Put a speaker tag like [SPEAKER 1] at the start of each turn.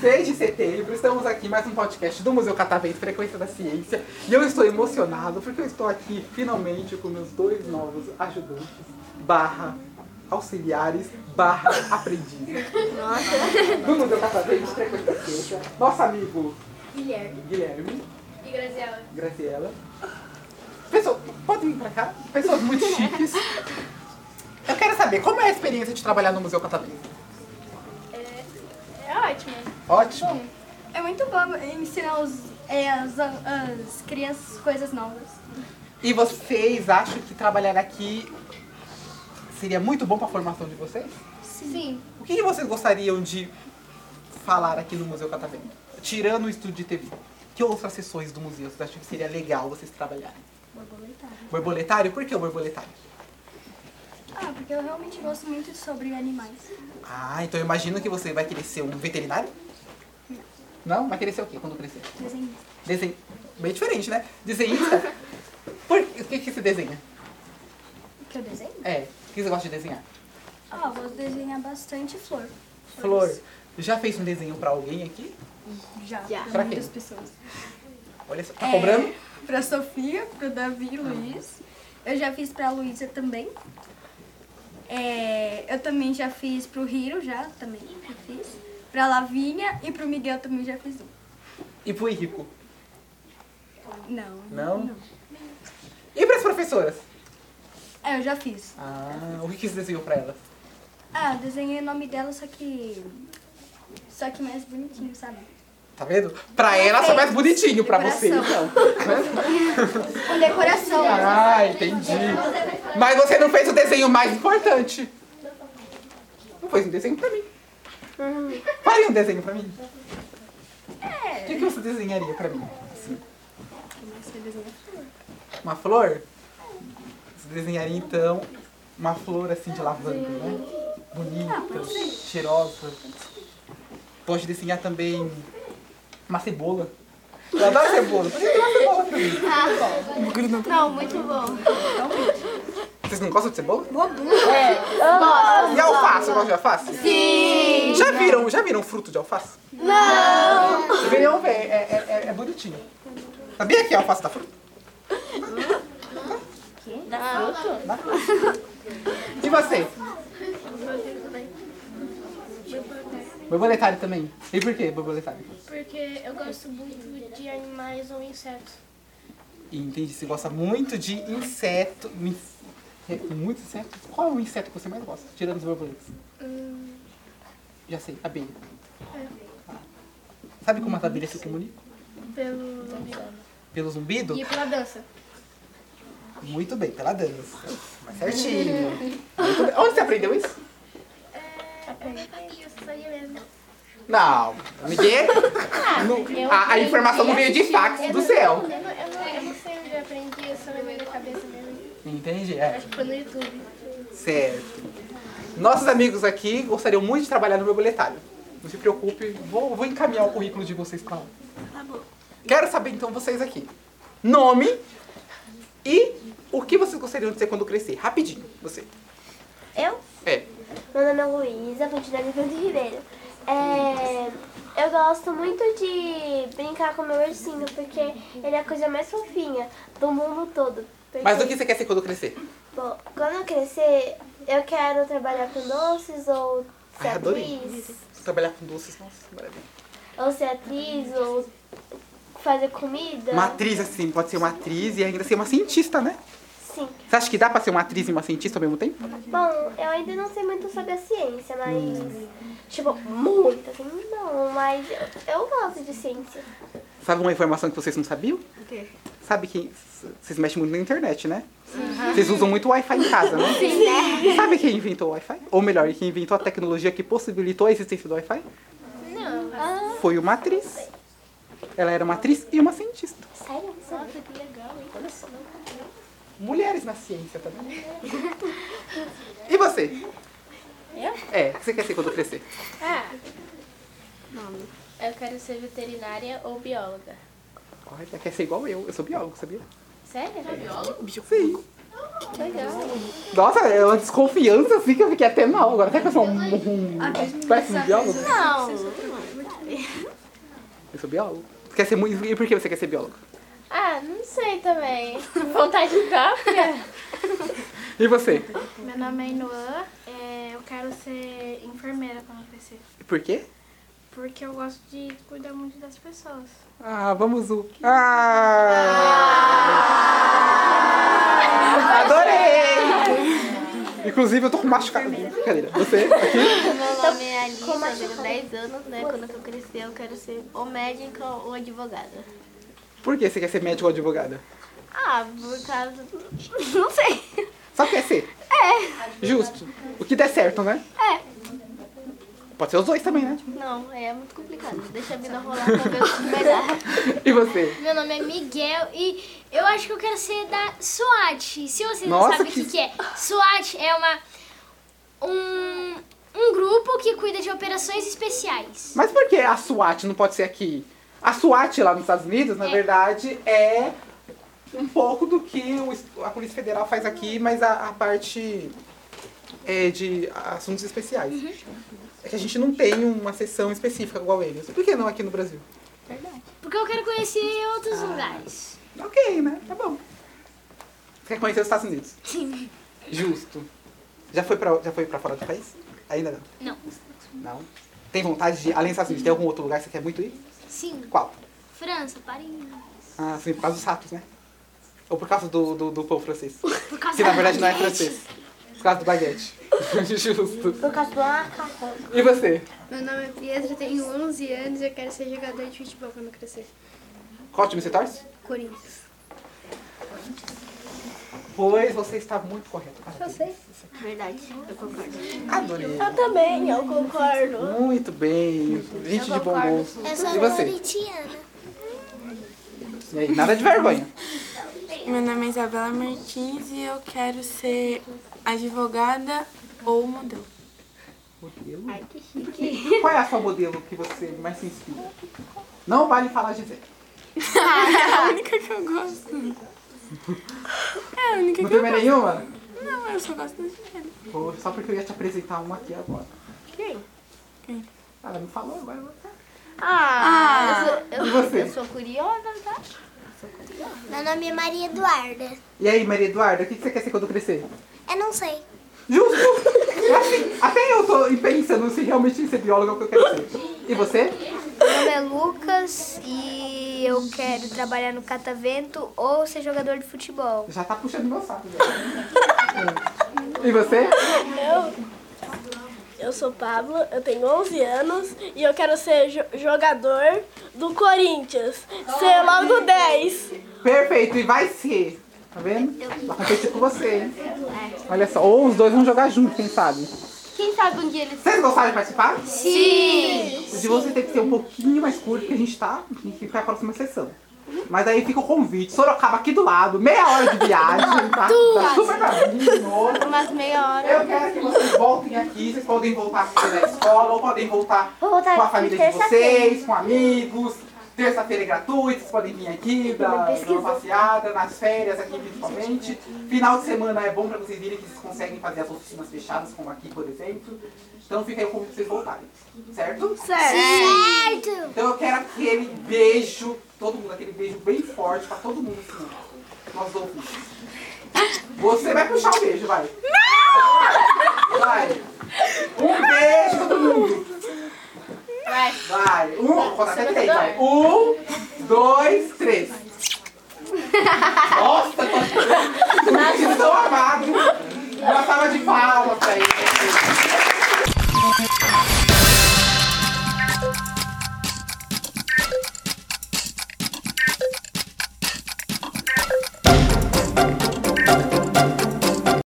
[SPEAKER 1] 6 de setembro, estamos aqui em mais um podcast do Museu Catavento Frequência da Ciência e eu estou emocionado porque eu estou aqui finalmente com meus dois novos ajudantes barra auxiliares barra aprendizes do Museu Catavento Frequência da Ciência, nosso amigo
[SPEAKER 2] Guilherme
[SPEAKER 1] Guilherme
[SPEAKER 2] e Graziela.
[SPEAKER 1] Graciela. Pessoa, pode vir pra cá? Pessoas muito chiques. Eu quero saber, como é a experiência de trabalhar no Museu Catavento?
[SPEAKER 2] É, é ótimo.
[SPEAKER 1] Ótimo.
[SPEAKER 2] É muito bom ensinar os, é, as, as crianças coisas novas.
[SPEAKER 1] E vocês acham que trabalhar aqui seria muito bom pra formação de vocês?
[SPEAKER 2] Sim.
[SPEAKER 1] O que que vocês gostariam de falar aqui no Museu Catavento? Tirando o estúdio de TV. Que outras sessões do museu vocês acham que seria legal vocês trabalharem?
[SPEAKER 2] Borboletário.
[SPEAKER 1] Borboletário? Por que o borboletário?
[SPEAKER 2] Ah, porque eu realmente gosto muito sobre animais.
[SPEAKER 1] Ah, então eu imagino que você vai querer ser um veterinário? Não? Vai querer ser o quê quando crescer?
[SPEAKER 2] Desenho.
[SPEAKER 1] Desenho. Bem diferente, né? Desenhista. Por... O que, que você desenha?
[SPEAKER 2] Que eu desenho?
[SPEAKER 1] É. O que você gosta de desenhar?
[SPEAKER 2] Ah, eu vou desenhar bastante flor.
[SPEAKER 1] Flor. Já fez um desenho pra alguém aqui?
[SPEAKER 2] Já.
[SPEAKER 1] Pra quem?
[SPEAKER 3] pessoas.
[SPEAKER 1] Olha só. Tá
[SPEAKER 2] É.
[SPEAKER 1] cobrando?
[SPEAKER 3] Pra Sofia, pro Davi e Luiz.
[SPEAKER 2] Eu já fiz pra Luísa também. É, eu também já fiz pro Hiro, já também já fiz. Pra Lavinha e pro Miguel também já fiz um.
[SPEAKER 1] E pro Henrico?
[SPEAKER 2] Não.
[SPEAKER 1] Não? E pras professoras?
[SPEAKER 2] É, eu já fiz.
[SPEAKER 1] Ah, o que, que você desenhou pra elas?
[SPEAKER 2] Ah, eu desenhei o nome dela, só que. Só que mais bonitinho, sabe?
[SPEAKER 1] Tá vendo? Pra elas é mais bonitinho, pra você
[SPEAKER 2] Decoração.
[SPEAKER 1] então.
[SPEAKER 2] Com decoração.
[SPEAKER 1] Ah, entendi. Mas você não fez o desenho mais importante. Não fez um desenho pra mim. Faria um desenho pra mim? O que, que você desenharia pra mim? Assim, uma flor? Você desenharia então uma flor assim de lavanda, né? Bonita, cheirosa. Pode desenhar também uma cebola. Eu adoro cebola. Por que tem uma cebola Um pra mim?
[SPEAKER 2] Não, muito bom.
[SPEAKER 1] Vocês não gostam de cebola? É. E alface, eu gosto de alface? Sim! Já viram, já viram fruto de alface? Não! Venham ver, é, é, é- é bonitinho. Sabia que a alface dá fruto? Dá fruto? E você? Borboletário também. E por que borboletário?
[SPEAKER 4] Porque eu gosto muito de animais ou insetos.
[SPEAKER 1] Entendi, você gosta muito de inseto. in- é, Muito inseto? Qual é o inseto que você mais gosta? Tirando os borboletas. Já sei, abelha. Sabe como as abelhas se comunicam?
[SPEAKER 4] Pelo.
[SPEAKER 1] Pelo zumbido?
[SPEAKER 4] E pela dança.
[SPEAKER 1] Muito bem, pela dança. Mas certinho. Muito bem. Onde você aprendeu isso?
[SPEAKER 4] É, eu sabia mesmo.
[SPEAKER 1] Não. Ninguém. não- a, a informação não veio de fax do céu.
[SPEAKER 4] Eu não, eu não, eu não sei onde eu aprendi, eu só lembro da cabeça mesmo.
[SPEAKER 1] Entendi, é.
[SPEAKER 4] Acho que foi no YouTube.
[SPEAKER 1] Certo. Nossos amigos aqui gostariam muito de trabalhar no meu boletário. Não se preocupe, vou, vou encaminhar o currículo de vocês para lá. Tá Quero saber então vocês aqui. Nome e o que vocês gostariam de ser quando crescer. Rapidinho, você.
[SPEAKER 5] Eu?
[SPEAKER 1] É.
[SPEAKER 5] Meu nome é Luísa, vou de Daniel do Ribeiro. É, eu gosto muito de brincar com meu ursinho, porque ele é a coisa mais fofinha do mundo todo. Porque,
[SPEAKER 1] Mas o que você quer ser quando crescer?
[SPEAKER 5] bom, quando eu crescer, eu quero trabalhar com doces ou ser
[SPEAKER 1] Ai, adorei.
[SPEAKER 5] atriz.
[SPEAKER 1] Trabalhar com doces, nossa, maravilha.
[SPEAKER 5] Ou ser atriz, ou fazer comida.
[SPEAKER 1] Uma atriz, assim, pode ser uma atriz e ainda ser uma cientista, né?
[SPEAKER 5] Sim.
[SPEAKER 1] Você acha que dá pra ser uma atriz e uma cientista ao mesmo tempo?
[SPEAKER 5] Bom, eu ainda não sei muito sobre a ciência, mas.
[SPEAKER 6] Hum.
[SPEAKER 5] Tipo, muito assim, não, mas eu, eu gosto de ciência.
[SPEAKER 1] Sabe uma informação que vocês não sabiam?
[SPEAKER 3] O quê?
[SPEAKER 1] Sabe que vocês mexem muito na internet, né? Vocês usam muito Wi-Fi em casa, né? Sim. Sabe quem inventou o Wi-Fi? Ou melhor, quem inventou a tecnologia que possibilitou a existência do Wi-Fi? Não. Foi uma atriz. Ela era uma atriz e uma cientista.
[SPEAKER 5] Sério? Sério?
[SPEAKER 1] Mulheres na ciência também. E você?
[SPEAKER 4] Eu?
[SPEAKER 1] É, o que você quer ser quando crescer?
[SPEAKER 4] Ah! Eu quero ser veterinária ou bióloga.
[SPEAKER 1] Olha Ela quer ser igual eu. Eu sou biólogo, sabia?
[SPEAKER 4] Sério?
[SPEAKER 1] Sim.
[SPEAKER 4] Legal.
[SPEAKER 1] Nossa, é uma desconfiança assim que eu fiquei até mal. Agora até que eu sou um, um
[SPEAKER 2] Ah, Deus me
[SPEAKER 1] péssimo
[SPEAKER 2] livre,
[SPEAKER 1] biólogo.
[SPEAKER 2] sabe?
[SPEAKER 4] Não.
[SPEAKER 1] Eu sou biólogo. Tu quer ser muito. E por que você quer ser biólogo?
[SPEAKER 4] Ah, não sei também. Vontade própria.
[SPEAKER 1] E você?
[SPEAKER 3] Meu nome é Inuan, é, eu quero ser enfermeira quando eu crescer.
[SPEAKER 1] Por quê?
[SPEAKER 3] Porque eu gosto de cuidar muito das pessoas.
[SPEAKER 1] Ah, vamos o. Ah! Adorei! Inclusive, eu tô com machucado. Brincadeira. Você?
[SPEAKER 6] Meu nome é Alice, eu tenho 10 anos, né? Quando eu crescer, eu quero ser ou médica ou advogada.
[SPEAKER 1] Por que você quer ser médico ou advogada?
[SPEAKER 6] Ah, por causa. Não sei.
[SPEAKER 1] Só quer ser? É. Justo. O que der certo, né? É. Pode ser os dois também, né?
[SPEAKER 6] Não, é muito complicado. Deixa a vida rolar pra ver o que vai dar.
[SPEAKER 1] E você?
[SPEAKER 4] Meu nome é Miguel e eu acho que eu quero ser da SWAT. Se vocês não
[SPEAKER 1] Nossa,
[SPEAKER 4] sabem o
[SPEAKER 1] que-
[SPEAKER 4] que, que é, SWAT é uma um, um grupo que cuida de operações especiais.
[SPEAKER 1] Mas por que a SWAT não pode ser aqui? A SWAT lá nos Estados Unidos, na
[SPEAKER 4] É.
[SPEAKER 1] verdade, é um pouco do que o es- a Polícia Federal faz aqui, mas a, a parte é, de assuntos especiais. É que a gente não tem uma sessão específica igual eles. Por que não aqui no Brasil?
[SPEAKER 4] Porque eu quero conhecer
[SPEAKER 1] Ah.
[SPEAKER 4] outros lugares.
[SPEAKER 1] Ok, né? Tá bom. Você quer conhecer os Estados Unidos? Sim. Justo. Já foi pra, já foi pra fora do país? Ainda não?
[SPEAKER 4] Não.
[SPEAKER 1] Não? Tem vontade de, além dos Estados Unidos, tem algum outro lugar que você quer muito ir?
[SPEAKER 4] Sim.
[SPEAKER 1] Qual?
[SPEAKER 4] França, Paris.
[SPEAKER 1] Ah, sim, por causa dos ratos, né? Ou por causa do, do, do povo francês.
[SPEAKER 4] Por causa
[SPEAKER 1] Que na
[SPEAKER 4] da
[SPEAKER 1] verdade não é
[SPEAKER 4] baguete.
[SPEAKER 1] francês. Por causa do baguete. Justo.
[SPEAKER 5] Por causa do macaco.
[SPEAKER 1] E você?
[SPEAKER 3] Meu nome é Pietro, tenho 11 anos e eu quero ser jogador de futebol quando eu crescer.
[SPEAKER 1] Qual time você torce?
[SPEAKER 3] Corinthians.
[SPEAKER 1] Pois você está muito correto. Parabéns.
[SPEAKER 6] Verdade, eu concordo.
[SPEAKER 1] Adorei.
[SPEAKER 5] Também, eu concordo.
[SPEAKER 1] Muito bem. Gente de bom gosto. E você? E aí, nada de vergonha.
[SPEAKER 7] Meu nome é Isabela Martins e eu quero ser advogada ou modelo.
[SPEAKER 1] Modelo? Ai, que chique. Qual é a sua modelo que você mais se inspira? Não vale falar Gisele.
[SPEAKER 7] É a única que eu gosto. É a única
[SPEAKER 1] Não tem
[SPEAKER 7] que eu
[SPEAKER 1] mais
[SPEAKER 7] gosto.
[SPEAKER 1] nenhuma?
[SPEAKER 7] Não, eu só gosto da Juliana.
[SPEAKER 1] Pô, Só porque eu ia te apresentar uma aqui agora.
[SPEAKER 7] Quem?
[SPEAKER 1] Ela me falou agora.
[SPEAKER 6] Ah, eu,
[SPEAKER 1] E
[SPEAKER 6] sou, eu,
[SPEAKER 1] você?
[SPEAKER 6] eu sou curiosa, tá?
[SPEAKER 8] Meu nome é Maria Eduarda.
[SPEAKER 1] E aí, Maria Eduarda, o que que você quer ser quando crescer?
[SPEAKER 8] Eu não sei.
[SPEAKER 1] Justo! É assim, até eu tô pensando se realmente ser bióloga é o que eu quero ser. E você?
[SPEAKER 8] Meu nome é Lucas e eu quero trabalhar no catavento ou ser jogador de futebol.
[SPEAKER 1] Já tá puxando meu saco. já. É. E você?
[SPEAKER 5] Eu sou Pablo, eu tenho 11 anos e eu quero ser jo- jogador do Corinthians. Ser logo 10.
[SPEAKER 1] Perfeito, e vai ser. Tá vendo? Vai competir com você, hein? Olha só, ou os dois vão jogar junto, quem sabe?
[SPEAKER 6] É. Quem sabe um dia eles.
[SPEAKER 1] Vocês gostaram de participar? Sim! De você tem que ser um pouquinho mais curto, porque a gente tá. A gente fica a próxima sessão. Mas aí fica o convite. Sorocaba aqui do lado, meia hora de viagem, tá? Tá super caminho.
[SPEAKER 6] Umas meia hora.
[SPEAKER 1] Eu quero que vocês voltem aqui. Vocês podem voltar na escola, ou podem voltar
[SPEAKER 5] Vou voltar
[SPEAKER 1] com a
[SPEAKER 5] aqui
[SPEAKER 1] família de
[SPEAKER 5] terça-feira.
[SPEAKER 1] vocês, com amigos. Terça-feira é gratuita, vocês podem vir aqui dar dar uma passeada, nas férias aqui principalmente. Final de semana é bom para vocês virem que vocês conseguem fazer as oficinas fechadas, como aqui, por exemplo. Então fica aí o convite pra vocês voltarem, certo?
[SPEAKER 8] Certo!
[SPEAKER 1] Então eu quero aquele beijo, todo mundo, aquele beijo bem forte pra todo mundo assim, ó. Nós ouvintes. Você vai puxar o beijo, vai. Não! Vai. Um beijo, todo mundo. Vai. Vai. Um, vou contar até três, vai. Um, dois, três. Nossa, tô... vocês são amados. Uma sala de palmas.